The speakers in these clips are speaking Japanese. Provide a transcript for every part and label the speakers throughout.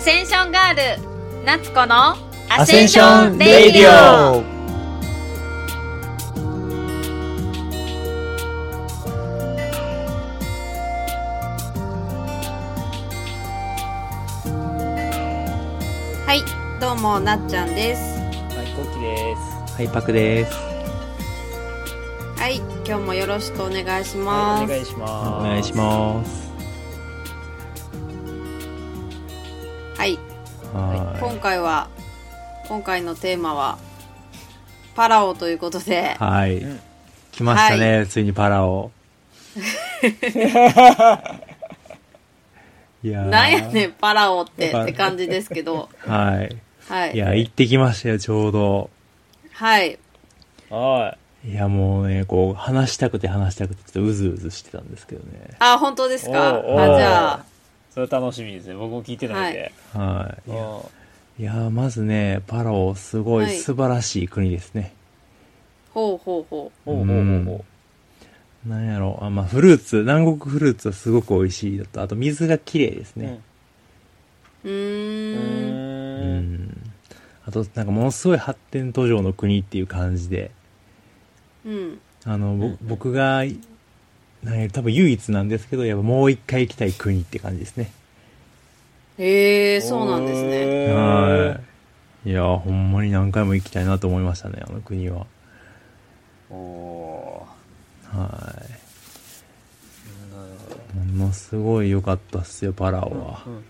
Speaker 1: センションガール夏子の
Speaker 2: アセンションレイディオ
Speaker 3: はい、どうもなっちゃんです。
Speaker 2: はい、コッキです。
Speaker 4: はい、パクです。
Speaker 3: はい、今日もよろしくお願いしま
Speaker 2: はい、
Speaker 3: す。
Speaker 2: お願いします。
Speaker 4: お願いします。
Speaker 3: はい、
Speaker 4: は
Speaker 3: 今回は今回のテーマはパラオということで
Speaker 4: い。、はい
Speaker 2: うん。
Speaker 4: 来ましたね、ついにパ ラオ。いやー
Speaker 3: なんやねんパラオって
Speaker 4: パラ
Speaker 3: って感じですけど、
Speaker 4: はい。
Speaker 3: はいい、
Speaker 4: や、行ってきましたよ、ちょうど。
Speaker 3: はい、
Speaker 2: はい
Speaker 4: や、もうね、こう、話したくて話したくて、ちょっとうずうずしてたんですけどね。
Speaker 3: あ本当ですか？あ
Speaker 2: おうおう
Speaker 3: じゃ
Speaker 2: い。それ楽しみですね。僕も聞いてないんで。
Speaker 4: は
Speaker 2: うん
Speaker 4: い。いやー、まずね、パラオ、すごい
Speaker 3: はい
Speaker 4: 素晴らしい国ですね。
Speaker 3: あほうほうほ
Speaker 2: ほうほうほうほ
Speaker 4: なんやろあ、まあ、フルーツ、南国フルーツはすごく美味しいだと、あと水が綺麗です
Speaker 2: う。
Speaker 4: ね。
Speaker 3: う。う
Speaker 2: うん。う
Speaker 3: ーん。
Speaker 4: う
Speaker 2: ーん。
Speaker 4: んあとなんかものすごい発展途上の国っていう感じで
Speaker 3: うん。
Speaker 4: あの、ぼ
Speaker 2: うん
Speaker 4: 僕がなんや多分唯一なんですけどやっぱもう一回行きたい国って感じですね
Speaker 3: へえ、そうなんですね。
Speaker 2: ね
Speaker 4: はいいやーほんまに何回も行きたいなと思いましたねあの国は
Speaker 2: おお
Speaker 4: は
Speaker 2: ー。なるほど
Speaker 4: いものすごい良かったっすよパラオは、
Speaker 2: うんうん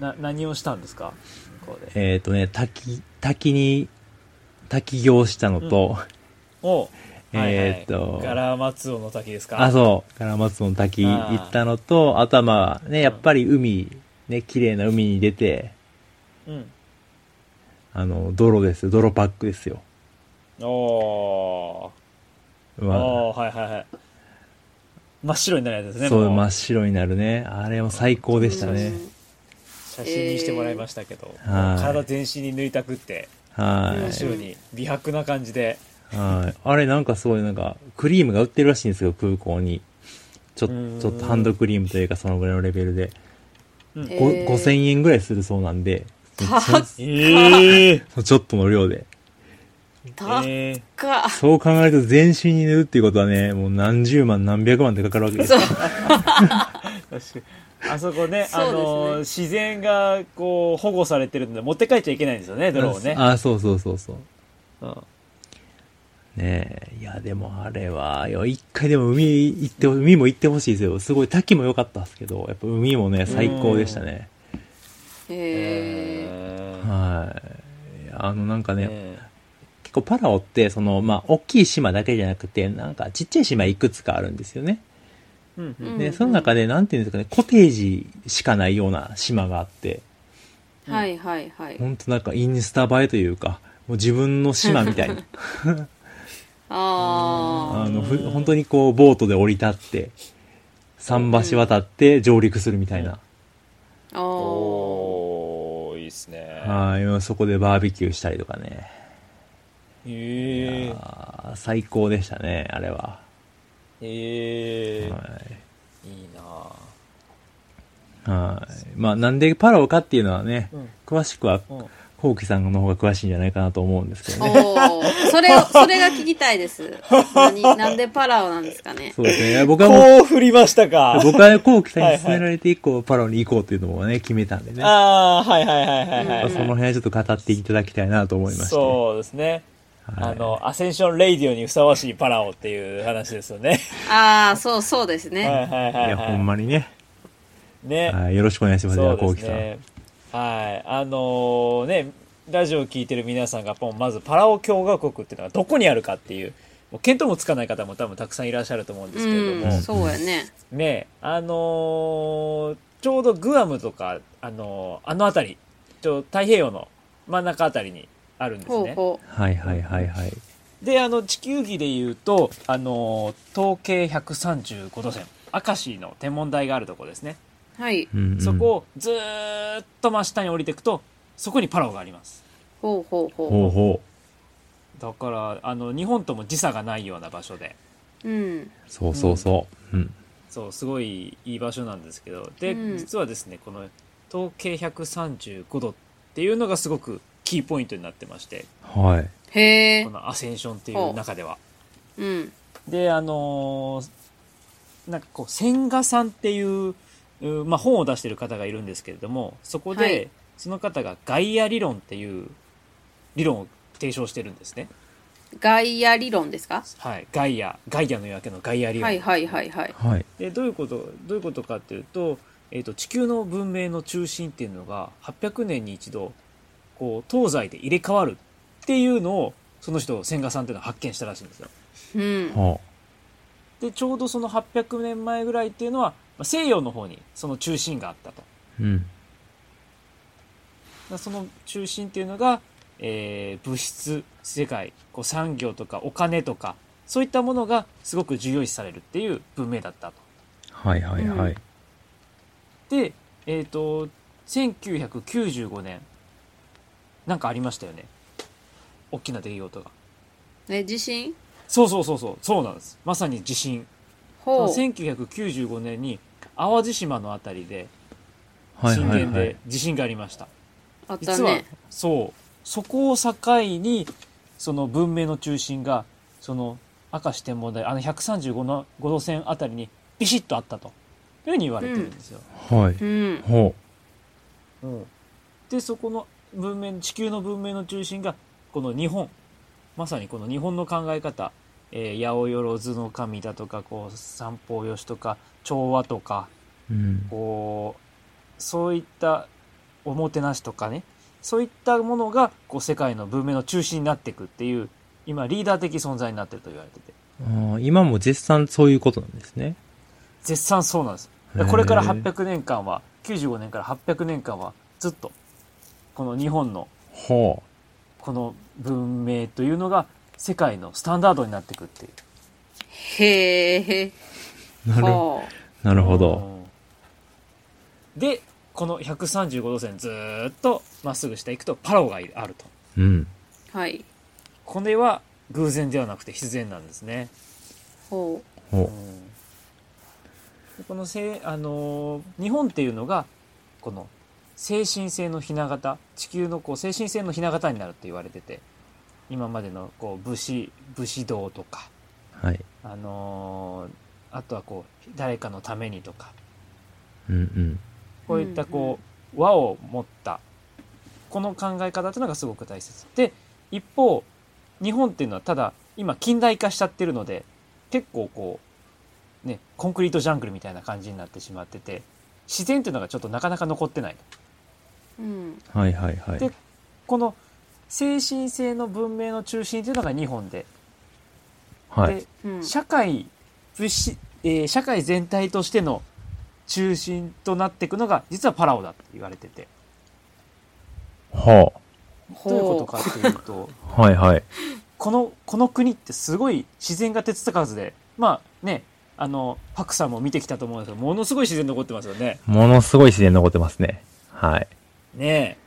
Speaker 2: な、何をしたんですか向こうで。
Speaker 4: えっ、とね滝滝に滝行したのと、
Speaker 2: お
Speaker 4: えーっと
Speaker 2: ガラマツオの滝ですか
Speaker 4: あ、そう。から松の滝行ったのと、あとはまあね、やっぱり海、ね、綺麗な海に出て、
Speaker 2: う。うん。
Speaker 4: あの、泥ですよ。泥パックですよ。
Speaker 2: おー。
Speaker 4: うわ
Speaker 2: おー、はいはいはい。真っ白になるやつですね。
Speaker 4: そう、
Speaker 2: も
Speaker 4: 真っ白になるね。あれも最高でしたね。
Speaker 2: 写真にしてもらいましたけど、
Speaker 4: はい
Speaker 2: 体全身に塗りたくって
Speaker 4: は
Speaker 2: 真っ白に美白な感じで、
Speaker 4: い。はい。あれなんかすごいなんか、クリームが売ってるらしいんですよ、空港に。ちょ
Speaker 2: うーん
Speaker 4: ちょっとハンドクリームというかそのぐらいのレベルで。
Speaker 2: うん
Speaker 3: え
Speaker 4: ご
Speaker 3: へー
Speaker 4: 5000円ぐらいするそうなんで、
Speaker 3: 高っ
Speaker 2: ええ
Speaker 4: ちょっとの量で。
Speaker 3: 高っ
Speaker 2: え
Speaker 3: か。
Speaker 4: そう考えると全身に塗るっていうことはね、もう何十万何百万ってかかるわけです
Speaker 3: そ
Speaker 4: よ
Speaker 3: う。
Speaker 2: ーあそこね
Speaker 3: そう
Speaker 2: あ
Speaker 3: ですね
Speaker 2: の自然がこう保護されてるので持って帰っちゃいけないんですよね泥をね、
Speaker 4: ああ、そうそうそうそう。
Speaker 2: うん
Speaker 4: ねえ。いや、でもあれは、よ、一回でも海行って、海も行ってほしいですよ。すごい、滝も良かったですけど、やっぱ海もね、最高でしたね。
Speaker 3: へえ。
Speaker 4: はい。いやあの、なんかね、
Speaker 2: ね
Speaker 4: 結構パラオって、その、まあ、大きい島だけじゃなくて、なんか、ちっちゃい島いくつかあるんですよね。
Speaker 2: うんうん
Speaker 3: うん
Speaker 4: で、その中で、なんていうんですかね、コテージしかないような島があって、
Speaker 3: はいはいはい。
Speaker 4: ほんとなんか、インスタ映えというか、もう自分の島みたいに、
Speaker 3: ああ。
Speaker 4: あの、ふ本当にこう、ボートで降り立って、桟橋渡って上陸するみたいな。
Speaker 3: あー
Speaker 2: おーいいっすね
Speaker 4: はい、今そこでバーベキューしたりとかね。
Speaker 2: え
Speaker 4: あー最高でしたね、あれは。
Speaker 2: ええ
Speaker 4: はい。
Speaker 2: えいいなぁ
Speaker 4: はい。まあ、なんでパラオかっていうのはね、
Speaker 2: うん
Speaker 4: 詳しくは、
Speaker 2: うん
Speaker 4: コウキさんの方が詳しいんじゃないかなと思うんですけどね。
Speaker 3: おーそれを、それが聞きたいです。何、なんでパラオなんですかね。
Speaker 4: そうですね。僕はもう、
Speaker 2: こう振りましたか
Speaker 4: 僕はねコウキさんに勧
Speaker 2: はいは
Speaker 4: め
Speaker 2: い
Speaker 4: られて以降、パラオに行こうというのもね、決めたんでね。
Speaker 2: ああはいはいはいはいはい、
Speaker 3: うん
Speaker 4: その辺はちょっと語っていただきたいなと思いまして。
Speaker 2: そうですね。
Speaker 4: はい
Speaker 2: あの、アセンションレイディオにふさわしいパラオっていう話ですよね。
Speaker 3: ああ、そうそうです
Speaker 2: はい
Speaker 3: ね。
Speaker 2: はい
Speaker 4: い
Speaker 2: はい、
Speaker 4: や、
Speaker 2: は
Speaker 4: ほんまにね。
Speaker 2: い。ね。
Speaker 4: はい、よろしくお願いします。じゃあ、コ
Speaker 2: そう
Speaker 4: ウ
Speaker 2: で
Speaker 4: キ
Speaker 2: す
Speaker 4: さん。
Speaker 2: ね。はい。あのーね、ラジオを聞いてる皆さんが、もうまずパラオ共和国っていうのはどこにあるかっていう、もう見当もつかない方も多分たくさんいらっしゃると思うんですけれど
Speaker 3: う
Speaker 2: も、
Speaker 3: ん、そうやね。
Speaker 2: ね、あのーちょうどグアムとか、あのーあの辺り、ちょ太平洋の真ん中辺りにあるんですね。
Speaker 3: ほうほう。
Speaker 4: はいはいはいはい。
Speaker 2: であの地球儀でいうとあの統計135度線明石の天文台があるところですね、
Speaker 3: はい。
Speaker 4: うんうん
Speaker 2: そこをずーっと真下に降りていくとそこにパラオがあります
Speaker 3: ほうほうほ
Speaker 4: ほうほう。
Speaker 2: だからあの日本とも時差がないような場所で
Speaker 3: う。うん。
Speaker 4: そうそうそう。うん。
Speaker 2: そうすごいいい場所なんですけどで、
Speaker 3: うん
Speaker 2: 実はですねこの東経135度っていうのがすごくキーポイントになってまして
Speaker 4: はい。
Speaker 3: へえ
Speaker 2: こ。のアセンションっていう中では。
Speaker 3: うん。
Speaker 2: であのーなんかこう千賀さんっていう、うまあ、本を出してる方がいるんですけれどもそこで、
Speaker 3: はい
Speaker 2: その方がガイア理論っていう理論を提唱してるんですね。
Speaker 3: ガイア理論ですか
Speaker 2: はい、ガイアガイアの夜明けのガイア理論、
Speaker 3: はいはいはいはい。
Speaker 4: はい。
Speaker 2: でどういうことどういうことかっていうと,、えー、と地球の文明の中心っていうのが800年に一度こう東西で入れ替わるっていうのをその人千賀さんっていうのは発見したらしいんですよ。
Speaker 3: うん。
Speaker 4: は
Speaker 2: でちょうどその800年前ぐらいっていうのはまあ西洋の方にその中心があったと。
Speaker 4: あ。うん。
Speaker 2: まあその中心っていうのが、えー物質世界こう産業とかお金とかそういったものがすごく重要視されるっていう文明だったと。
Speaker 4: はいはいはい。
Speaker 2: で、えっ、と、1995年、なんかありましたよね。大きな出来事が。
Speaker 3: ね、地震
Speaker 2: そうそうそうそう、そうなんです。まさに地震。
Speaker 3: ほ
Speaker 2: その
Speaker 3: う。
Speaker 2: 1995年に、淡路島のあたりで、
Speaker 4: はい
Speaker 2: 震
Speaker 4: はい
Speaker 2: 源
Speaker 4: はい
Speaker 2: で。地震がありました。
Speaker 3: あった
Speaker 2: 実は
Speaker 3: ね。、
Speaker 2: そう、そこを境に、その文明の中心が、その、明石天文台、あの135の5度線あたりに、ビシッとあったと、いうふうに言われてるんですよ。
Speaker 4: は
Speaker 3: う
Speaker 4: い。
Speaker 3: ん。
Speaker 4: ほ
Speaker 2: でそこの文明地球の文明の中心がこの日本まさにこの日本の考え方、えー八百万の神だとかこう三方よしとか調和とか
Speaker 4: う。うん。
Speaker 2: こうそういったおもてなしとかねそういったものがこう世界の文明の中心になっていくっていう今リーダー的存在になってると言われてて
Speaker 4: ああ、今も絶賛そういうことなんですね。
Speaker 2: 絶賛そうなんです
Speaker 4: へー
Speaker 2: これから800年間は95年から800年間はずっとこの日本の
Speaker 4: は
Speaker 2: この文明というのが世界のスタンダードになっていくっていう
Speaker 3: へえ。
Speaker 4: あ。なるほ
Speaker 3: ほ
Speaker 4: ど。なるほど。
Speaker 2: うんでこの135度線ずーっとまっすぐ下行くとパラオがあると
Speaker 4: うん。
Speaker 3: う。はい。
Speaker 2: これは偶然ではなくて必然なんですね、
Speaker 3: ほ。
Speaker 2: う
Speaker 4: ほ
Speaker 2: んでこのせい、あのー日本っていうのがこの精神性のひな形地球のこう精神性のひな形になるって言われてて今までのこう武士武士道とか
Speaker 4: う。はい。
Speaker 2: あのーあとはこう誰かのためにとか
Speaker 4: うんうん。
Speaker 2: こういったこう、和を持ったこの考え方っていうのがすごく大切で一方日本っていうのはただ今近代化しちゃってるので結構こうねコンクリートジャングルみたいな感じになってしまってて自然っていうのがちょっとなかなか残ってないう
Speaker 3: うん。
Speaker 4: はいはいはい。
Speaker 2: でこの精神性の文明の中心っていうのが日本で,、
Speaker 4: はい。
Speaker 2: で
Speaker 3: うん。
Speaker 2: 社会物資、えー社会全体としての中心となっていくのが実はパラオだって言われてて
Speaker 4: は
Speaker 2: どういうことかっていうと
Speaker 4: あ。はいはい。
Speaker 2: このこの国ってすごい自然が手つかずでまあねあのパクさんも見てきたと思うんですけどものすごい自然残ってますよね。
Speaker 4: ものすごい自然残ってますね。はい。
Speaker 2: ね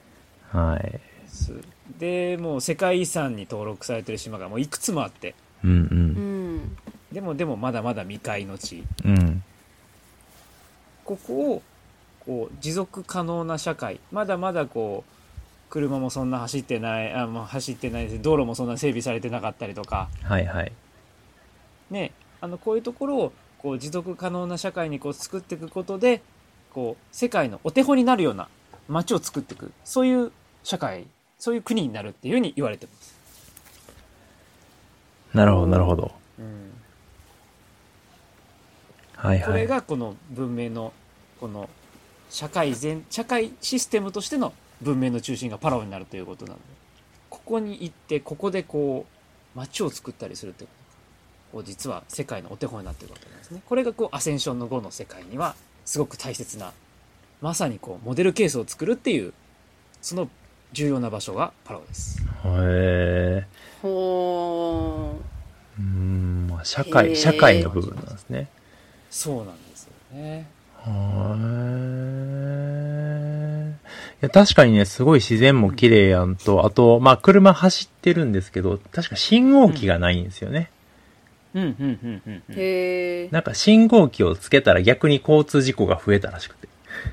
Speaker 4: はい。
Speaker 2: えすでもう世界遺産に登録されてる島がもういくつもあって
Speaker 4: うん
Speaker 3: う。
Speaker 4: うん
Speaker 2: でもでもまだまだ未開の地
Speaker 4: ん。うん。
Speaker 2: ここをこう持続可能な社会まだまだこう車もそんな走ってないあまあ走ってないです道路もそんな整備されてなかったりとか
Speaker 4: はいはい。
Speaker 2: ね、あのこういうところをこう持続可能な社会にこう作っていくことでこう世界のお手本になるような街を作っていくそういう社会そういう国になるっていうふうに言われてます。
Speaker 4: なるほどなるほど。はい
Speaker 2: こ
Speaker 4: は
Speaker 2: れ
Speaker 4: い。
Speaker 2: がこの文明のこの社会全社会システムとしての文明の中心がパラオになるということなのでここに行ってここでこう街を作ったりするってことこう実は世界のお手本になっているわけなんですねこれがこうアセンションの後の世界にはすごく大切なまさにこうモデルケースを作るっていうその重要な場所がパラオです
Speaker 4: へえ。
Speaker 3: ほ
Speaker 4: うーん、まあ社
Speaker 3: へー
Speaker 4: 会、社会の部分なんですね。
Speaker 2: そうなんですよね
Speaker 4: はい。いや、確かにね、すごい自然も綺麗やんと、あと、まあ、車走ってるんですけど、確か信号機がないんですよね。
Speaker 2: うんうんうんうんう
Speaker 3: う。
Speaker 2: ん
Speaker 3: へえ。
Speaker 4: なんか信号機をつけたら逆に交通事故が増えたらしくて。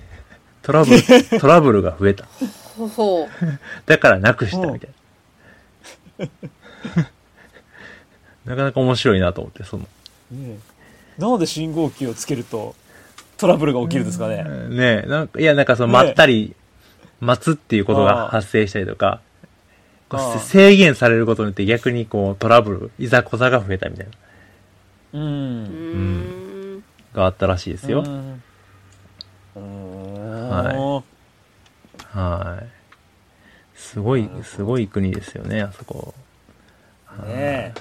Speaker 4: トラブ ル、トラブルが増えた。
Speaker 3: ほほう。
Speaker 4: だからなくしたみたい な。なかなか面白いなと思って、その。
Speaker 2: ねえなので信号機をつけるとトラブルが起きるんですかね。
Speaker 4: ねえ、なんか、いや、なんかその、
Speaker 2: ね
Speaker 4: まったり、待つっていうことが発生したりとか、こ
Speaker 2: ああ
Speaker 4: う制限されることによって逆にこう、トラブル、いざこざが増えたみたいな、
Speaker 2: う
Speaker 3: うー
Speaker 2: ん。
Speaker 3: ん。
Speaker 4: があったらしいですよ
Speaker 2: う。ん。うーん
Speaker 4: ははい。すごい、すごい国ですよね、あそこ。
Speaker 2: ね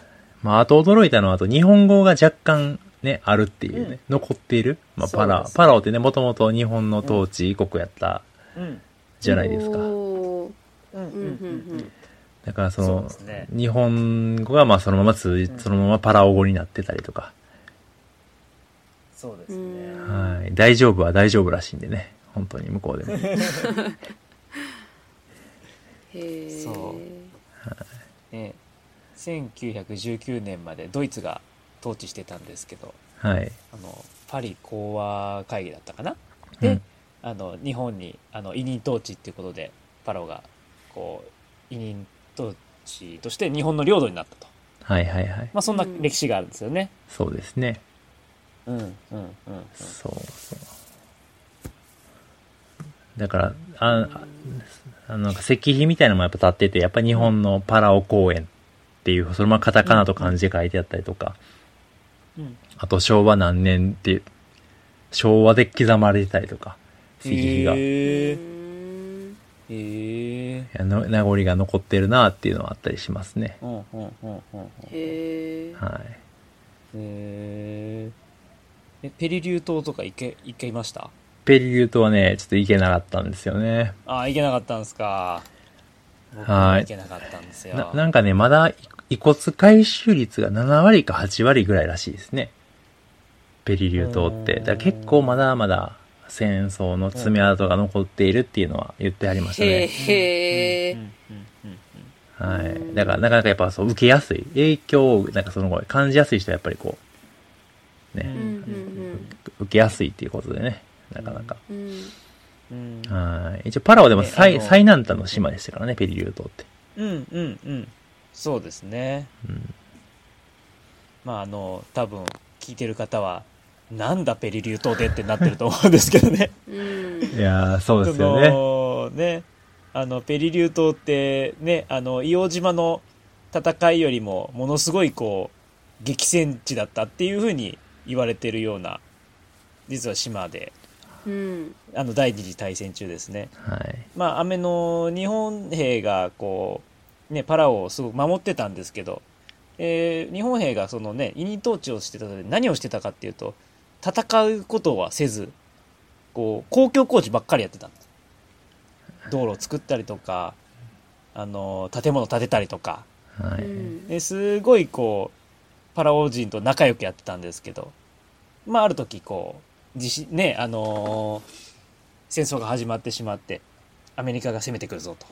Speaker 4: まあ、あと驚いたのは、あと日本語が若干ね、あるっていうね、残っている。まあ、パ
Speaker 2: そう
Speaker 4: ラ
Speaker 2: で、す
Speaker 4: パラオってね、もともと日本の統治国やった
Speaker 2: え。うん。
Speaker 4: じゃないですか。
Speaker 3: おー
Speaker 2: うん
Speaker 3: うんうん
Speaker 4: だからそ
Speaker 2: そう
Speaker 4: の
Speaker 2: ですね
Speaker 4: 日本語がまあそのまま通じ、
Speaker 2: ん
Speaker 4: そのままパラオ語になってたりとか、
Speaker 2: そうで
Speaker 3: う
Speaker 2: すね。
Speaker 3: ん。
Speaker 4: はい、大丈夫は大丈夫らしいんでね、本当に向こうで も。
Speaker 3: へえ。
Speaker 2: そうねえ1919年までドイツが統治してたんですけど、
Speaker 4: はい。
Speaker 2: あのパリ講和会議だったかな。で、
Speaker 4: うん
Speaker 2: あの日本にあの委任統治っていうことでパラオがこう委任統治として日本の領土になったと。
Speaker 4: はいはいはい。
Speaker 2: まあそんな
Speaker 3: うん
Speaker 2: 歴史があるんですよね。
Speaker 4: そうですね。
Speaker 2: うんうんうんうん。
Speaker 4: そうそう。だから、あ、ああのなんか石碑みたいなのもやっぱ立ってて、やっぱ日本のパラオ公園っていう、そのままカタカナと漢字で書いてあったりとか、
Speaker 2: うん
Speaker 4: あと昭和何年っていう、昭和で刻まれてたりとか、石碑が。
Speaker 2: へえ
Speaker 3: うん
Speaker 2: へえ。
Speaker 4: いやの名残が残ってるなっていうのはあったりしますね。
Speaker 2: うんうんうんうんうん。へ
Speaker 3: へえ。
Speaker 4: はい。
Speaker 2: え。えペリリュー島とか行け行けました？
Speaker 4: ペリリュー島はね、ちょっと行けなかったんですよね。
Speaker 2: あー行けなかったんですか。僕も
Speaker 4: はい
Speaker 2: 行けなかったんですよ。
Speaker 4: ななんかね、まだ遺骨回収率が7割か8割ぐらいらしいですね。ペリリュー島って。だから結構まだまだ戦争の爪痕が残っているっていうのは言ってありました
Speaker 3: へ
Speaker 4: ね。
Speaker 3: へ
Speaker 2: うん
Speaker 3: え。
Speaker 2: うんうんうん
Speaker 4: はい。だからなかなかやっぱそう受けやすい。影響をなんかその後感じやすい人はやっぱりこう、
Speaker 2: う
Speaker 3: う
Speaker 4: ね、
Speaker 3: んうん
Speaker 4: 受けやすいっていうことでね。なかなか。
Speaker 3: うんうん。
Speaker 2: うん
Speaker 4: はい。一応パラオでも
Speaker 2: ねあ
Speaker 4: 最
Speaker 2: の
Speaker 4: 最南端の島でしたからね、ペリリュー島って。
Speaker 2: うんうんうんそうですね
Speaker 4: うん
Speaker 2: まああの多分聞いてる方はなんだペリリュー島でってなってると思うんですけどね
Speaker 3: うん。
Speaker 4: いやー、そうですよね。
Speaker 2: そのねあのペリリュー島ってねあの硫黄島の戦いよりもものすごいこう激戦地だったっていうふうに言われてるような実は島で
Speaker 3: うん。
Speaker 2: あの第二次大戦中ですね
Speaker 4: はい。
Speaker 2: まあ、雨の日本兵がこう、ね、パラオをすごく守ってたんですけど、えー日本兵がそのね、委任統治をしてたので何をしてたかっていうと、戦うことはせず、こう、公共工事ばっかりやってたんです。道路を作ったりとか、あの、建物建てたりとか、
Speaker 4: は
Speaker 3: う
Speaker 4: い。
Speaker 3: ん
Speaker 2: ですごいこうパラオ人と仲良くやってたんですけどまあある時こう地震ねあのー戦争が始まってしまってアメリカが攻めてくるぞと、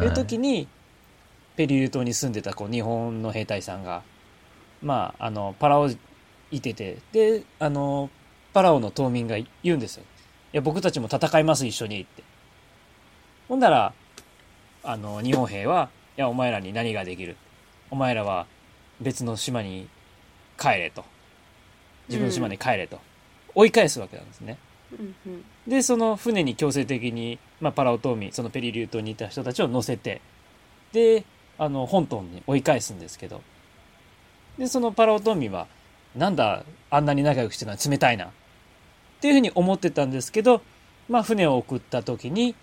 Speaker 4: はい
Speaker 2: いう時にペリル島に住んでたこう日本の兵隊さんがまああのパラオいててであのパラオの島民が言うんですよ「いや僕たちも戦います一緒に」ってほんだらあの日本兵は「いやお前らに何ができるお前らは別の島に帰れ」と「自分の島に帰れと」追い返すわけなんですね
Speaker 3: うんうん
Speaker 2: でその船に強制的に、まあ、パラオ島民そのペリリュー島にいた人たちを乗せてであの本島に追い返すんですけどでそのパラオ島民はなんだあんなに仲良くしてるのは冷たいなっていうふうに思ってたんですけど、まあ、船を送った時に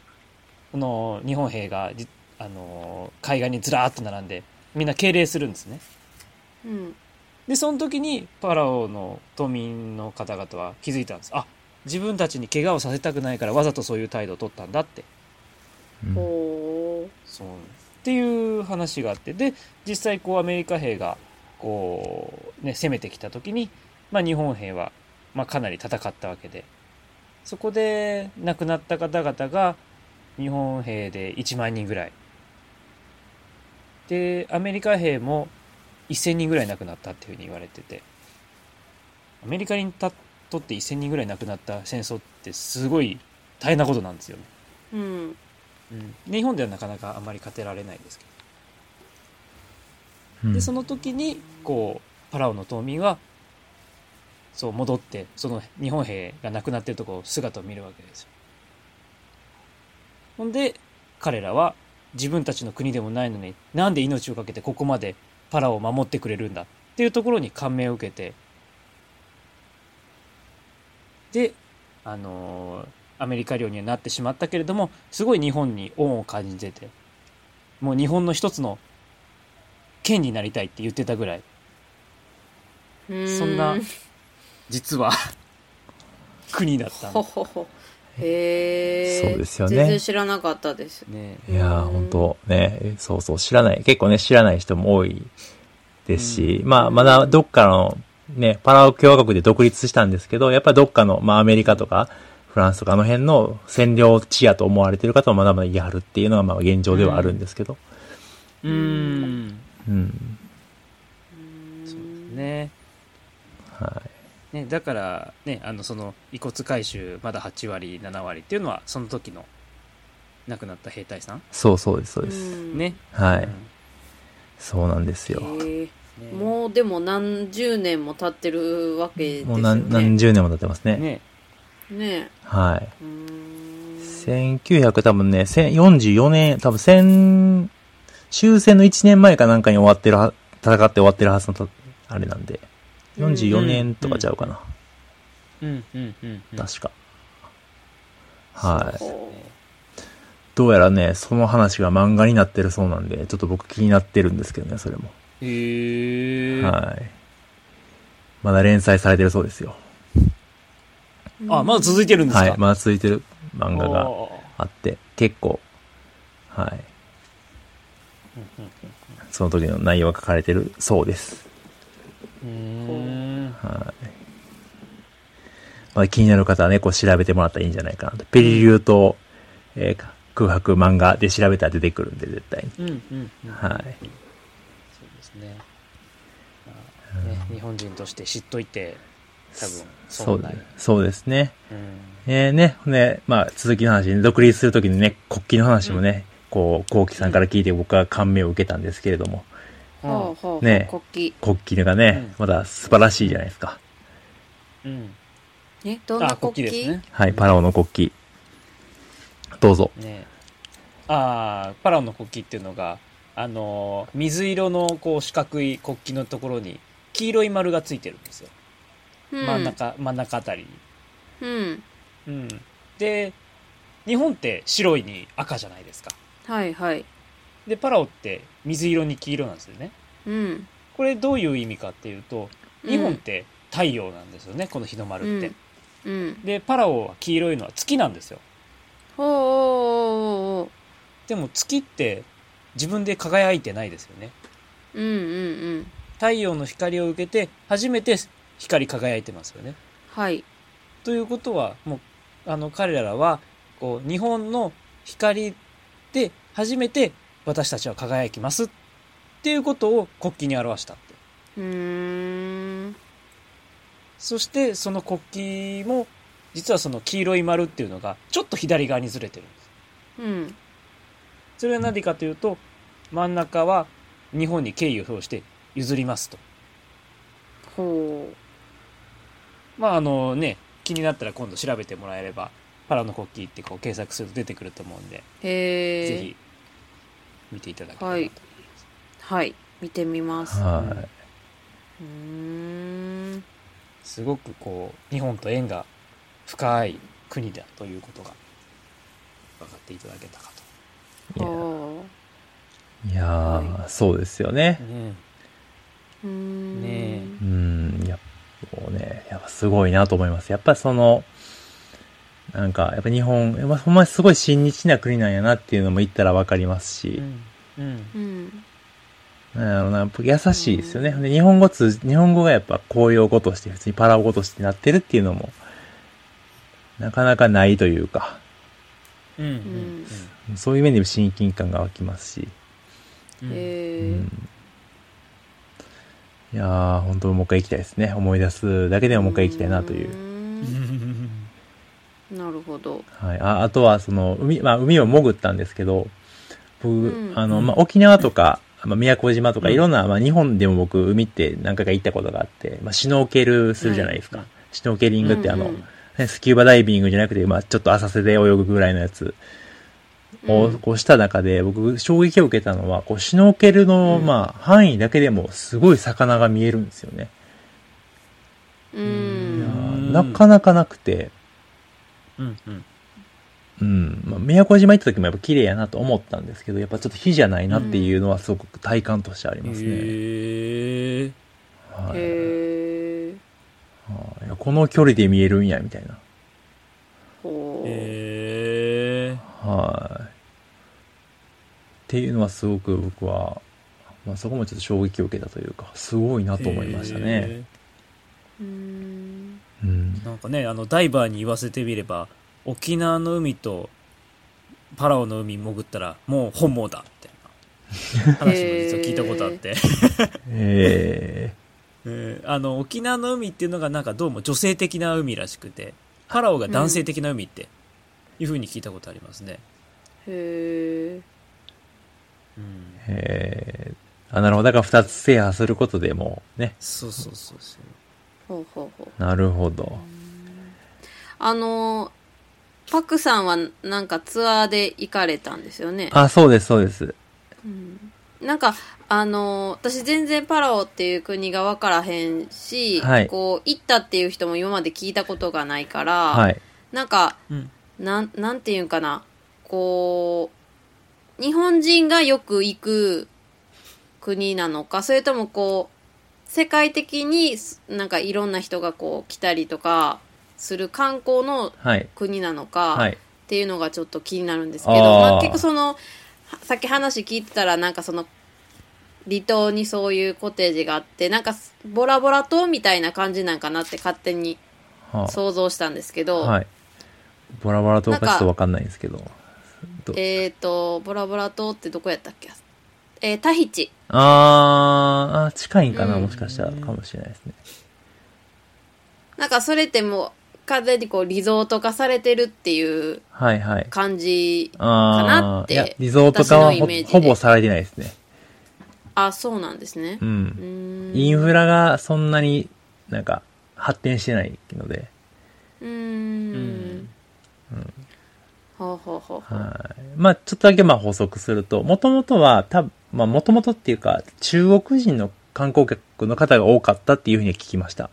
Speaker 2: あの日本兵がじあの海岸にずらーっと並んでみんな敬礼するんですね。
Speaker 3: うん。
Speaker 2: でその時にパラオの都民の方々は気づいたんですあ自分たちに怪我をさせたくないからわざとそういう態度を取ったんだって
Speaker 4: うん
Speaker 3: ほ
Speaker 2: そうっていう話があってで実際こうアメリカ兵がこう、ね、攻めてきた時に、まあ、日本兵は、まあ、かなり戦ったわけでそこで亡くなった方々が日本兵で1万人ぐらいでアメリカ兵も1000人ぐらい亡くなったっていうふうに言われててアメリカにたとって1000人ぐらい亡くなった戦争ってすごい大変なことなんですよね。
Speaker 3: うん。
Speaker 2: うん、日本ではなかなかあんまり勝てられないですけ
Speaker 4: う
Speaker 2: ど。
Speaker 4: ん
Speaker 2: でその時にこうパラオの島民はそう戻ってその日本兵が亡くなってるとこ姿を見るわけですよ。ほんで彼らは自分たちの国でもないのになんで命を懸けてここまでパラオを守ってくれるんだっていうところに感銘を受けてであのーアメリカ領にはなってしまったけれどもすごい日本に恩を感じててもう日本の一つの県になりたいって言ってたぐらいそんな
Speaker 3: うー
Speaker 2: 実は国だったん
Speaker 3: ほ
Speaker 2: で
Speaker 3: ほほ。へえ。
Speaker 4: そうですよね
Speaker 3: 全然知らなかったです
Speaker 2: す。ね。
Speaker 4: いやー、本当ね、そうそう、知らない、結構ね、知らない人も多いですし、まあ、まだどっかの、ね、パラオ共和国で独立したんですけど、やっぱどっかの、まあ、アメリカとか、フランスとかあの辺の占領地やと思われてる方もまだまだいはるっていうのが、まあ、現状ではあるんですけど、
Speaker 2: うーん。
Speaker 4: うん、
Speaker 2: そうですね。
Speaker 4: は
Speaker 2: ね、だから、ね、あの、その、遺骨回収、まだ8割、7割っていうのは、その時の、亡くなった兵隊さん
Speaker 4: い。そうそうです、そう
Speaker 3: う
Speaker 4: です。
Speaker 3: ん。
Speaker 2: ね。
Speaker 4: は
Speaker 2: う
Speaker 4: い
Speaker 2: ん。
Speaker 4: そうなんですよ。
Speaker 3: へえ。
Speaker 2: ね
Speaker 3: もうでも何十年も経ってるわけですよ
Speaker 4: もう
Speaker 3: ね。
Speaker 4: 何何十年も経ってますね。
Speaker 2: ね。
Speaker 3: ね
Speaker 4: はい。
Speaker 3: え。うーん。
Speaker 4: 1900多分ね、1044年、多分戦、終戦の1年前かなんかに終わってるは、戦って終わってるはずのと、あれなんで、44年とかちゃうかな、
Speaker 2: うん、うん、うん。うん
Speaker 4: 確か。はい。
Speaker 3: こう
Speaker 2: ね
Speaker 4: どうやらね、その話が漫画になってるそうなんで、ちょっと僕気になってるんですけどね、それも。
Speaker 2: へー。
Speaker 4: はい。まだ連載されてるそうですよ。
Speaker 2: あ、まだ続いてるんですか
Speaker 4: はい。まだ続いてる漫画が
Speaker 2: おー
Speaker 4: あって、結構、はい。その時の内容が書かれてるそうです。
Speaker 2: うーん。
Speaker 4: まあ、気になる方はね、こう調べてもらったらいいんじゃないかなと。ペリリューと、えーか空白漫画で調べたら出てくるんで、絶対に。
Speaker 2: うん、うん、うん。
Speaker 4: はい。
Speaker 2: そうですね。まあね日本人として知っといて、多分、
Speaker 4: そう
Speaker 2: 損
Speaker 4: で
Speaker 2: ない。
Speaker 4: そうですね。
Speaker 2: うん
Speaker 4: えー、ね、ね、まあ、続きの話、独立するときにね、国旗の話もね、こう、コウキさんから聞いて僕は感銘を受けたんですけれども、
Speaker 3: ほうほう。
Speaker 4: ね
Speaker 3: 国
Speaker 4: 国旗がね、まだ素晴らしいじゃないですか。
Speaker 2: うん。
Speaker 3: 旗。え、どんな
Speaker 2: あ、
Speaker 3: 国旗
Speaker 2: 国旗ですね。
Speaker 4: はい、パラオの国旗。どうぞ。
Speaker 2: ねああ、パラオの国旗っていうのが、あのー、水色のこう四角い国旗のところに、黄色い丸がついてるんですよ。
Speaker 3: うん
Speaker 2: 真ん中、真ん中あたり
Speaker 3: う
Speaker 2: に。
Speaker 3: ん。
Speaker 2: うん。で、日本って白いに赤じゃないですか。
Speaker 3: はいはい。
Speaker 2: で、パラオって水色に黄色なんですよね。
Speaker 3: うん。
Speaker 2: これどういう意味かっていうと、日本って太陽なんですよね、この日の丸って。
Speaker 3: うん。うん。
Speaker 2: で、パラオは黄色いのは月なんですよ。
Speaker 3: ほうおうおうおうおう。
Speaker 2: でも月って自分で輝いてないですよね。
Speaker 3: うんうんうん。
Speaker 2: 太陽の光を受けて初めて光り輝いてますよね。
Speaker 3: はい。
Speaker 2: ということはもうあの彼らはこう日本の光で初めて私たちは輝きますっていうことを国旗に表したって。
Speaker 3: うーん。
Speaker 2: そしてその国旗も実はその黄色い丸っていうのがちょっと左側にずれてるんです。
Speaker 3: うん。
Speaker 2: それは何かというと真ん中は日本に敬意を表して譲りますと。
Speaker 3: ほう。
Speaker 2: まああのね、気になったら今度調べてもらえれば、パラの国旗ってこう検索すると出てくると思うんで、
Speaker 3: へえ。
Speaker 2: ぜひ見ていただければと
Speaker 3: はいはい。見てみます。う
Speaker 4: は
Speaker 3: ーん。
Speaker 2: すごくこう、日本と縁が深い国だということが分かっていただけたか
Speaker 4: い。いや
Speaker 3: ほ
Speaker 4: いやー、そうですよね
Speaker 3: う。
Speaker 2: と。。ね、
Speaker 3: うーん。
Speaker 2: ね
Speaker 4: うん、いや、もうね、やっぱすごいなと思います。やっぱその、なんか、やっぱ日本、やっぱほんまにすごい親日な国なんやなっていうのも言ったらわかります
Speaker 2: う
Speaker 4: し、
Speaker 2: ん。うん。
Speaker 3: うん。
Speaker 4: なんやろな、やっぱ優しいですよね。で日本語通じ、日本語がやっぱ公用語として、普通にパラオ語としてなってるっていうのも、なかなかないというか、
Speaker 2: うん。うん
Speaker 3: ん
Speaker 4: そういう面でも親近感が湧きますし、
Speaker 2: うん。うん
Speaker 4: う
Speaker 3: へえ。
Speaker 4: ん、いやー、本当もう一回行きたいですね。思い出すだけでももう一回行きたいなという。
Speaker 3: うーん。なるほど。
Speaker 4: はい、ああとはその海,、まあ、海を潜ったんですけど僕、
Speaker 3: うん
Speaker 4: あのまあ、沖縄とか、まあ、宮古島とか
Speaker 2: うん
Speaker 4: いろんな、まあ、日本でも僕海って何回か行ったことがあって、まあ、シュノーケルするじゃないですか、
Speaker 2: うん
Speaker 4: シュノーケリングってあの、
Speaker 3: うんうん
Speaker 4: ねスキューバダイビングじゃなくて、まあ、ちょっと浅瀬で泳ぐぐらいのやつを
Speaker 3: うん
Speaker 4: こうした中で僕衝撃を受けたのはこうシュノーケルの、
Speaker 2: うん
Speaker 4: まあ、範囲だけでもすごい魚が見えるんですよね、
Speaker 3: う
Speaker 2: いや
Speaker 3: ん。
Speaker 2: ん
Speaker 4: なかなかなくて、
Speaker 2: うんうん。
Speaker 4: うん。まあ、宮古島行った時もやっぱ綺麗やなと思ったんですけど、やっぱちょっと火じゃないなっていうのはすごく体感としてありますね。
Speaker 2: へえ。
Speaker 4: は
Speaker 3: へ
Speaker 4: い
Speaker 3: え。
Speaker 4: はいいやこの距離で見えるんや、みたいな。
Speaker 3: ほう。
Speaker 2: へえ。
Speaker 4: はい。っていうのはすごく僕は、まあ、そこもちょっと衝撃を受けたというか、すごいなと思いましたね。
Speaker 2: へ
Speaker 3: うん。
Speaker 4: うん
Speaker 2: ー。なんかね、あの、ダイバーに言わせてみれば、沖縄の海とパラオの海潜ったら、もう本望だ、みたいな 話も実は聞いたことあって。
Speaker 4: え
Speaker 2: えーあの沖縄の海っていうのがなんかどうも女性的な海らしくてパラオが男性的な海っていうふうに聞いたことありますね、
Speaker 3: へえ。
Speaker 2: うん
Speaker 4: ー、えー。あ、なるほど。だから二つ制覇することでもうね。
Speaker 2: そうそうそうそう
Speaker 3: ほうほうほう。
Speaker 4: なるほど。
Speaker 3: あの、パクさんはなんかツアーで行かれたんですよね。
Speaker 4: あ、そうです、そうです。
Speaker 3: うんなんか、あの私全然パラオっていう国が分からへんし、
Speaker 4: はい
Speaker 3: こう、行ったっていう人も今まで聞いたことがないから、
Speaker 4: はい。
Speaker 3: なんか、
Speaker 2: うん
Speaker 3: なん、なんていうんかな、こう、日本人がよく行く国なのか、それともこう、世界的にすなんかいろんな人がこう来たりとかする観光の
Speaker 4: はい。
Speaker 3: 国なのか、
Speaker 4: はい。
Speaker 3: っていうのがちょっと気になるんですけど、
Speaker 4: あー
Speaker 3: まあ、結構そのはさっき話聞いてたらなんかその離島にそういうコテージがあってなんかすボラボラ島みたいな感じなんかなって勝手に
Speaker 4: はあ
Speaker 3: 想像したんですけど、
Speaker 4: はい。ボラボラとかちょっとわかんないんですけど。ど
Speaker 3: えっ、とボラボラ島ってどこやったっけ、えータヒチ
Speaker 4: あーあー、近いんかな、
Speaker 3: うん
Speaker 4: もしかしたらかもしれないですね。
Speaker 3: なんかそれってもう完全にこうリゾート化されてるっていう
Speaker 4: はいはい。
Speaker 3: 感じな
Speaker 4: あ
Speaker 3: っ
Speaker 4: あ、
Speaker 3: て
Speaker 4: いや、リゾート化は
Speaker 3: 私の
Speaker 4: ほ
Speaker 3: イメージで
Speaker 4: ほぼされてないですね。
Speaker 3: あそうなんですね
Speaker 4: う、。
Speaker 3: うんーん
Speaker 4: インフラがそんなになんか発展してないので、
Speaker 3: うーんほうほうほうほう
Speaker 4: はい。まあ、ちょっとだけまあ補足すると、もともとは、たまあ、もともとっていうか、中国人の観光客の方が多かったっていうふうに聞きました。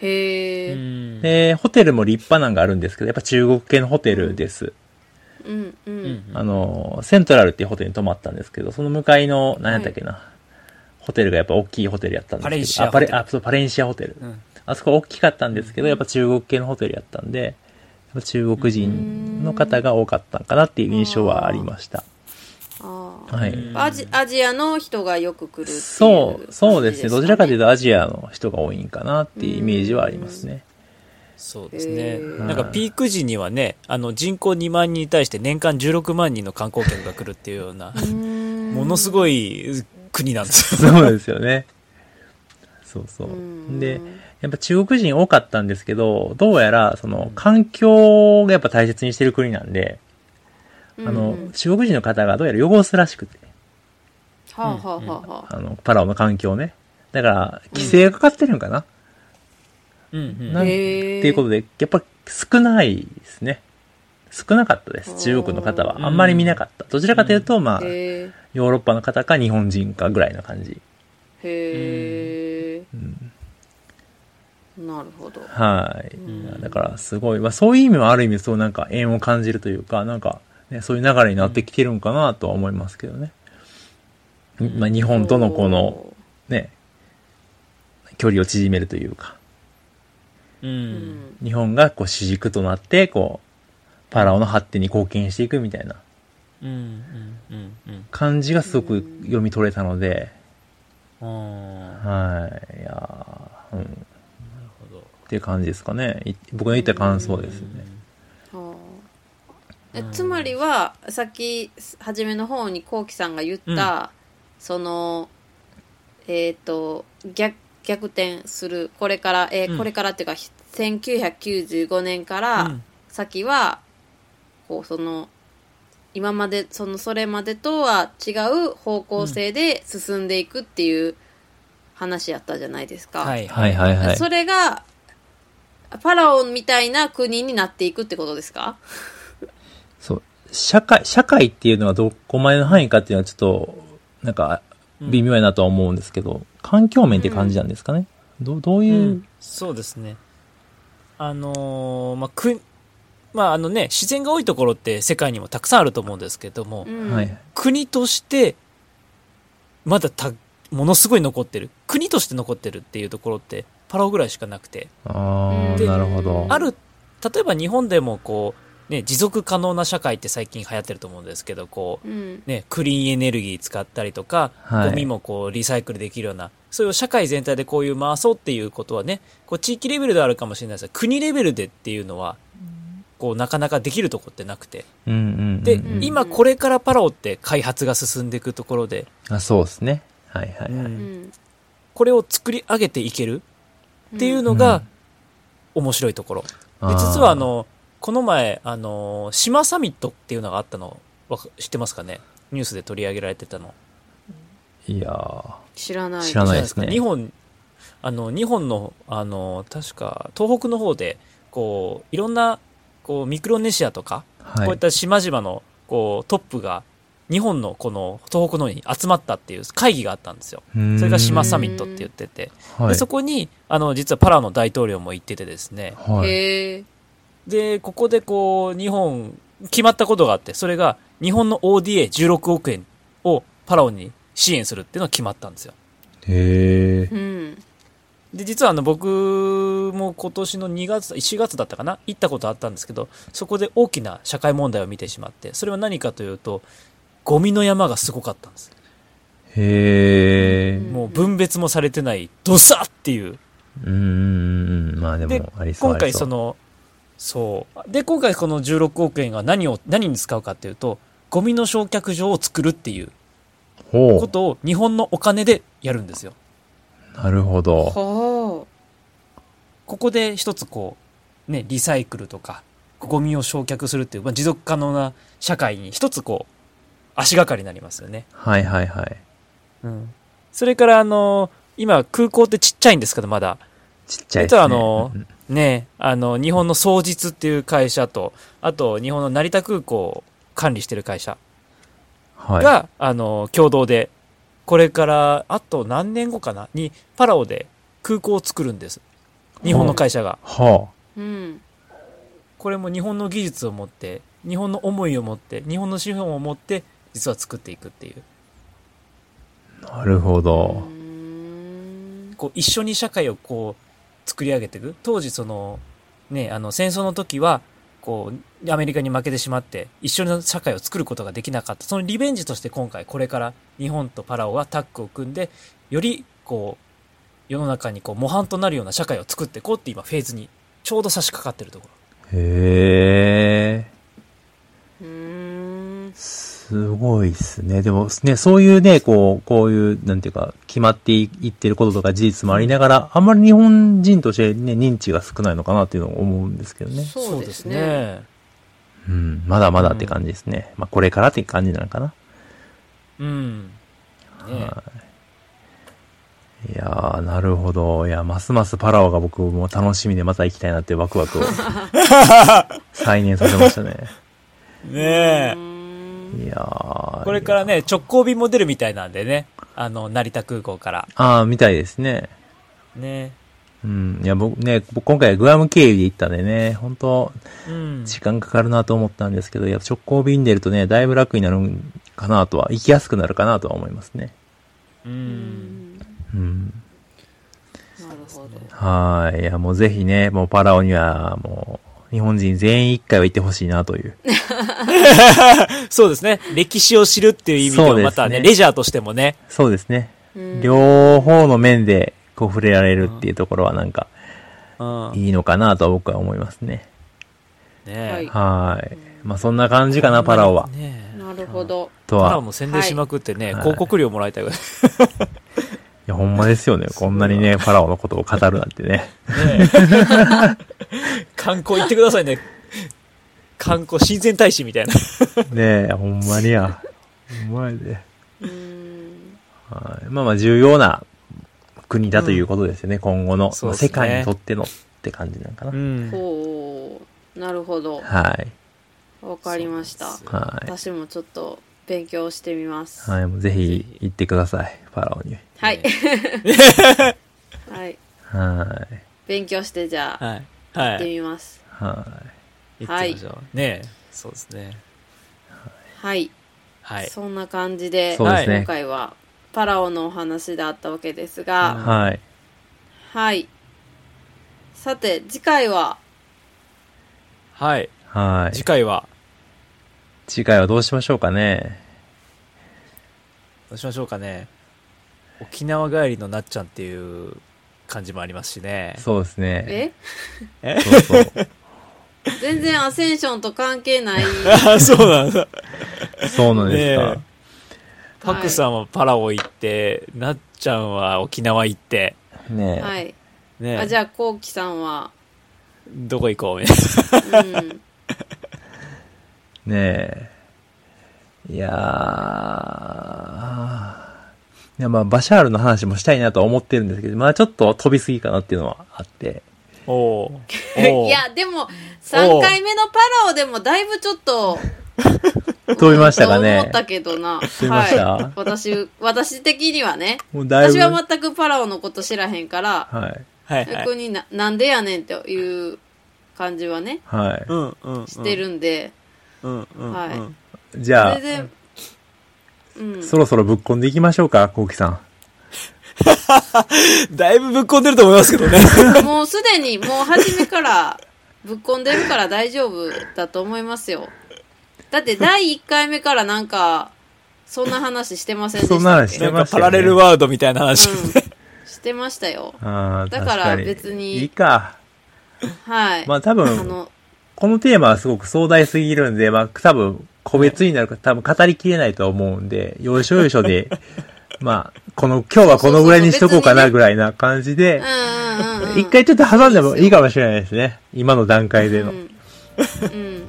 Speaker 3: へえ、
Speaker 2: ん
Speaker 4: で、ホテルも立派なんがあるんですけど、やっぱ中国系のホテルです。
Speaker 3: うんうん、
Speaker 4: あの、セントラルっていうホテルに泊まったんですけど、その向かいの、何やったっけな、ホテルがやっぱ大きいホテルやったんですけど、
Speaker 2: パレンシア
Speaker 4: あパレ
Speaker 2: ホテル
Speaker 4: あそうパレンシアホテル。
Speaker 2: うん
Speaker 4: あそこ大きかったんですけど、やっぱ中国系のホテルやったんで、やっぱ中国人の方が多かったんかなっていう印象はありました。
Speaker 3: ああ
Speaker 4: は
Speaker 2: う
Speaker 4: い
Speaker 2: ん。
Speaker 3: アジアジアの人がよく来るっていう
Speaker 4: そう、そうですね。どちらかという
Speaker 3: と
Speaker 4: とアジアの人が多いんかなっていうイメージはありますね。
Speaker 2: そうですね、
Speaker 3: えー
Speaker 2: なんかピーク時にはねあの人口2万人に対して年間16万人の観光客が来るっていうようなものすごい国なんですよ
Speaker 4: そうですよね。そうそう。で、やっぱ中国人多かったんですけど、どうやら、その、環境がやっぱ大切にしてる国なんで、
Speaker 3: あ
Speaker 4: あの、中国人の方がどうやら汚すらしくて、
Speaker 3: はあはあはあはあ
Speaker 4: あの、パラオの環境ね。だから、規制がかかってるんかな、
Speaker 2: うんうん
Speaker 4: なん
Speaker 3: へー
Speaker 4: っていうことで、やっぱ少ないですね。少なかったで
Speaker 3: お
Speaker 4: す、
Speaker 3: ー
Speaker 4: 中国の方は。あんまり見なかった。どちらかというと、まあ、ヨ
Speaker 3: へ
Speaker 4: ーロッパの方か日本人かぐらいな感じ。
Speaker 3: えへえ
Speaker 4: うん
Speaker 3: なるほど
Speaker 4: はい。
Speaker 2: ん
Speaker 4: だから、すごい、まあ、そういう意味もある意味、そうなんか縁を感じるというか、なんか、ね、そういう流れになってきてるんかなとは思いますけどね。まあ、日本とのこの、ね、距離を縮めるというか、
Speaker 2: う
Speaker 3: うんん
Speaker 4: 日本がこう主軸となって、こう、パラオの発展に貢献していくみたいな
Speaker 2: うんうんうんうん
Speaker 4: 感じがすごく読み取れたので、
Speaker 2: あー
Speaker 4: はい、いやーうん、っ
Speaker 2: なるほど
Speaker 4: ていう感じですかね。い僕の言った感想ですね。
Speaker 3: はあえつまりはさっき初めの方にこうきさんが言った、そのえっ、と逆逆転するこれから、えー
Speaker 2: うん
Speaker 3: これからっていうか1995年から、
Speaker 2: うん
Speaker 3: 先はこうその今までそのそれまでとは違う方向性で進んでいくっていう話やったじゃないですか。
Speaker 2: はい
Speaker 4: はいはいはい。
Speaker 3: それがパラオみたいな国になっていくってことですか
Speaker 4: そう。社会、社会っていうのはどこまでの範囲かっていうのはちょっと、なんか、
Speaker 2: うん
Speaker 4: 微妙やなとは思うんですけど、環境面って感じなんですかね。どうどういう、
Speaker 2: うんそうですね。あのーまあ、く、まあ、あのね、自然が多いところって世界にもたくさんあると思うんですけども、
Speaker 3: うん
Speaker 4: はい。
Speaker 2: 国として、まだた、ものすごい残ってる。国として残ってるっていうところって、パラオぐらいしかなくて。
Speaker 4: ああ、
Speaker 2: で
Speaker 4: なるほど。
Speaker 2: ある、例えば日本でもこう、ね、持続可能な社会って最近流行ってると思うんですけど、こう、
Speaker 3: うん
Speaker 2: ね、クリーンエネルギー使ったりとか、
Speaker 4: はい
Speaker 2: ゴミもこうリサイクルできるような、そういう社会全体でこういう回そうっていうことはね、こう地域レベルではあるかもしれないですが、国レベルでっていうのは、こうなかなかできるとこってなくて。
Speaker 4: うんうんうん。
Speaker 2: で、
Speaker 4: うん
Speaker 2: 今これからパラオって開発が進んでいくところで、
Speaker 4: あ、そうですね。はいはいはい。
Speaker 3: うん
Speaker 2: これを作り上げていけるっていうのが面白いところ。で
Speaker 4: ー
Speaker 2: 実はあ、の、この前、あの、島サミットっていうのがあったの、わか知ってますかねニュースで取り上げられてたの。
Speaker 4: いやー
Speaker 3: 知らない
Speaker 4: 知らないですね
Speaker 2: 日本、あの、日本の、あの、確か、東北の方で、こう、いろんな、こう、ミクロネシアとか、
Speaker 4: はい。
Speaker 2: こういった島々の、こう、トップが、日本のこの東北の方に集まったっていう会議があったんですよ。それが島サミットって言ってて。
Speaker 4: は
Speaker 2: で
Speaker 4: い。
Speaker 2: そこに、あの、実はパラオの大統領も行っててですね。
Speaker 4: はい。
Speaker 3: へえ
Speaker 2: で、ここでこう、日本、決まったことがあって、それが、日本の ODA16 億円をパラオに支援するっていうのが決まったんですよ。
Speaker 4: へー
Speaker 3: うん
Speaker 2: で、実はあの、僕も今年の2月、1月だったかな行ったことあったんですけど、そこで大きな社会問題を見てしまって、それは何かというと、ゴミの山がすごかったんです。
Speaker 4: へえ。
Speaker 2: もう分別もされてない、ドサッっていう。
Speaker 4: うんうんうん。まあで
Speaker 2: で
Speaker 4: も、あり、そう。
Speaker 2: 今回
Speaker 4: あり、
Speaker 2: そうの、そう。で、今回この16億円が何を、何に使うかっていうと、ゴミの焼却場を作るっていう
Speaker 4: ほ
Speaker 2: こ
Speaker 4: う。
Speaker 2: とを日本のお金でやるんですよ。
Speaker 4: なるほど。
Speaker 3: ほ
Speaker 2: ここで一つこう、ね、リサイクルとか、ゴミを焼却するっていう、まあ、持続可能な社会に一つこう、足がかりになりますよね。
Speaker 4: はいはいはい。
Speaker 2: うん。それからあの、今空港ってちっちゃいんですけど、まだ。
Speaker 4: ちっちゃいですね。
Speaker 2: 実はあの
Speaker 4: うんうん
Speaker 2: ね、あの、日本の総実っていう会社と、あと日本の成田空港を管理してる会社
Speaker 4: はい。
Speaker 2: が、あの、共同で、これから、あと何年後かなに、パラオで空港を作るんです。日本の会社が。
Speaker 4: は
Speaker 3: ううん
Speaker 2: これも日本の技術を持って、日本の思いを持って、日本の資本を持って、実は作っていくっていう。
Speaker 4: あ。なるほど。
Speaker 3: うーん
Speaker 2: こう、一緒に社会をこう、作り上げていく。当時その、ね、あの、戦争の時は、こう、アメリカに負けてしまって、一緒の社会を作ることができなかった。そのリベンジとして今回、これから日本とパラオはタッグを組んで、より、こう、世の中にこう、模範となるような社会を作っていこうって今、フェーズに、ちょうど差し掛かってるところ。
Speaker 4: へえ。
Speaker 3: うーん
Speaker 4: すごいっすね。でもね、そういうね、こう、こういう、なんていうか、決まっていいってることとか事実もありながら、あんまり日本人としてね、認知が少ないのかなっていうのを思うんですけどね。
Speaker 3: そうですね。
Speaker 4: うん、まだまだって感じですね。まあ、これからって感じなのかな。
Speaker 2: うん。ね
Speaker 4: いやー、なるほど。いや、ますますパラオが僕も楽しみでまた行きたいなってワクワ クを再燃させましたね。
Speaker 2: ね
Speaker 3: うーん
Speaker 4: いやー。
Speaker 2: これからね、直行便も出るみたいなんでね。あの、成田空港から。
Speaker 4: あー、みたいですね。
Speaker 2: ね。
Speaker 4: うん。いや、僕ね、僕今回グアム経由で行ったんでね、本当
Speaker 2: うん。
Speaker 4: 時間かかるなと思ったんですけど、いや、直行便出るとね、だいぶ楽になるんかなとは、行きやすくなるかなとは思いますね。
Speaker 2: う。
Speaker 3: うんん
Speaker 4: うん。
Speaker 3: なるほど
Speaker 4: はい。いや、もうぜひね、もうパラオには、もう、日本人全員一回は行ってほしいなという。
Speaker 2: そうですね。歴史を知るっていう意味で
Speaker 4: そう
Speaker 2: も、
Speaker 4: ですね
Speaker 2: またね、レジャーとしてもね。
Speaker 4: そうですね。
Speaker 3: うん
Speaker 4: 両方の面で、こう、触れられるっていうところは、なんか、
Speaker 2: うん。
Speaker 4: いいのかなと僕は思いますね。
Speaker 2: ね
Speaker 3: はい
Speaker 4: はい。まあ、そんな感じかな、パラオは。
Speaker 2: ね
Speaker 3: なるほど
Speaker 4: と
Speaker 2: パラ
Speaker 4: は
Speaker 2: オ。も宣伝しまくって
Speaker 4: は
Speaker 2: ね、
Speaker 4: い
Speaker 2: 広告料もらいたいぐらい。
Speaker 4: いや、ほんまですよね。こんなにね、パラオのことを語るなんてね。
Speaker 2: ね観光行ってくださいね。観光、親善大使みたいな。
Speaker 4: ねえ、ほんまにや。ほんまやで。
Speaker 3: うん
Speaker 4: はいまあまあ重要な国だということですよね、今後の。
Speaker 2: そうですね
Speaker 4: 世界にとってのって感じなんかな。
Speaker 2: ん。
Speaker 3: ほうなるほど
Speaker 4: はい。
Speaker 3: わかりました
Speaker 2: そうなん
Speaker 4: はい。
Speaker 3: 私もちょっと勉強してみます
Speaker 4: はい、もうぜ
Speaker 2: ぜ
Speaker 4: ひ
Speaker 2: ひ
Speaker 4: 行ってください、パラオに。
Speaker 3: はい はい
Speaker 4: はい。
Speaker 3: 勉強してじゃあ
Speaker 2: はい。は
Speaker 3: 行って
Speaker 2: い。
Speaker 3: みます
Speaker 4: は
Speaker 2: 行ってみましょう。ねえ。そうですね。
Speaker 3: はい
Speaker 2: はい。
Speaker 3: そんな感じで
Speaker 4: そうですね
Speaker 3: 今回はパラオのお話であったわけです
Speaker 4: い。
Speaker 3: が、
Speaker 4: はい。
Speaker 3: はいさて次回は
Speaker 2: はい。
Speaker 4: はい
Speaker 2: 次。回は、
Speaker 4: 次回はどうしましょうかね。
Speaker 2: どうしましょうかね。沖縄帰りのなっちゃんっていう感じもありますしね。
Speaker 4: そうですね。
Speaker 3: え
Speaker 2: え
Speaker 4: そうそう。
Speaker 3: 全然アセンションと関係ない
Speaker 2: あ、 そうなんだ。
Speaker 4: そうなんです
Speaker 2: ね
Speaker 4: か。
Speaker 2: パクさんはパラオ行って、なっちゃんは沖縄行って、
Speaker 4: ねえ。
Speaker 3: はい
Speaker 2: ねえ
Speaker 3: あじゃあこうきさんは
Speaker 2: どこ行こ うみた い
Speaker 3: うん
Speaker 4: ねえ。いやー。いやまあ、バシャールの話もしたいなとは思ってるんですけど、まあちょっと飛びすぎかなっていうのはあって。
Speaker 2: な。おうおう
Speaker 3: いやでも3回目のパラオでもだいぶちょっ と
Speaker 4: 飛びましたか
Speaker 3: と
Speaker 4: ね
Speaker 3: 思ったけどな。
Speaker 4: びました
Speaker 3: はい。私、私的にはね。
Speaker 4: もうだいぶ。
Speaker 3: 私は全くパラオのこと知らへんから、
Speaker 4: はい。
Speaker 2: はいはい
Speaker 3: 逆。にななんでやねんっていう感じはね、
Speaker 4: はい。
Speaker 2: うんうんうん。
Speaker 3: してるんで、
Speaker 2: うんうんうん。
Speaker 3: は
Speaker 4: じゃあ
Speaker 3: 全、然、うん。
Speaker 4: そろそろぶっこんでいきましょうか、こうきさん。
Speaker 2: だいぶぶっこんでると思いますけど ね。
Speaker 3: もうすでに、もう初めからぶっこんでるから大丈夫だと思いますよ。だって第1回目からなんか、そんな話してませんでしたっ
Speaker 4: そ
Speaker 3: け
Speaker 4: んな話し
Speaker 2: な
Speaker 4: て
Speaker 2: んか
Speaker 4: ました
Speaker 2: パ
Speaker 4: よね。
Speaker 2: ラレルワールドみたいな話。
Speaker 3: うん。してましたよ。
Speaker 4: あー
Speaker 3: だから
Speaker 4: 確に
Speaker 3: 別に
Speaker 4: いいか。
Speaker 3: はい。
Speaker 4: まあ多
Speaker 3: あ
Speaker 4: 分、
Speaker 3: の、
Speaker 4: このテーマはすごく壮大すぎるんで、まあ多分、個別になるから多分語りきれないと思うんで、要所要所 で、まあ、この、今日はこのぐらいにしとこうかなぐらいな感じで、
Speaker 3: うんうんうん、うん。
Speaker 4: 一回ちょっと挟んでもいいかもしれないですね。今の段階での。
Speaker 3: うん。うん。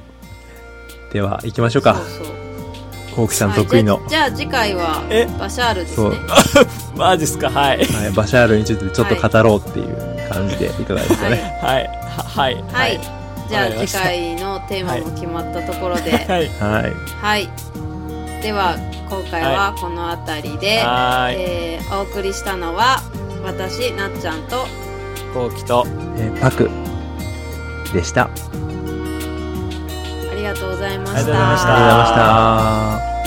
Speaker 4: では、行きましょうか。
Speaker 3: そうそう
Speaker 4: コウキさん得意の
Speaker 3: は、いじゃあじゃあ次回は
Speaker 2: え
Speaker 3: バシャールです
Speaker 4: そう
Speaker 3: ね。
Speaker 2: マジっすかはい。
Speaker 4: はい、バシャールについてちょっと語ろうっていう感じでいかがですか
Speaker 3: は
Speaker 4: ね。
Speaker 3: い、
Speaker 2: はい。ははい。
Speaker 3: はいじゃ
Speaker 2: わ
Speaker 3: あ
Speaker 2: かりま
Speaker 3: 次
Speaker 2: した
Speaker 3: 回のテーマも決まったところで、 はい、
Speaker 2: はい。
Speaker 4: はい。
Speaker 3: では今回はこの辺りで、
Speaker 2: はーい。
Speaker 3: えーお送りしたのは私なっちゃんと
Speaker 2: こうきと。
Speaker 4: えーパクでした。
Speaker 3: ありがとうございました。
Speaker 2: ありがとうございました
Speaker 4: ありがとうございました。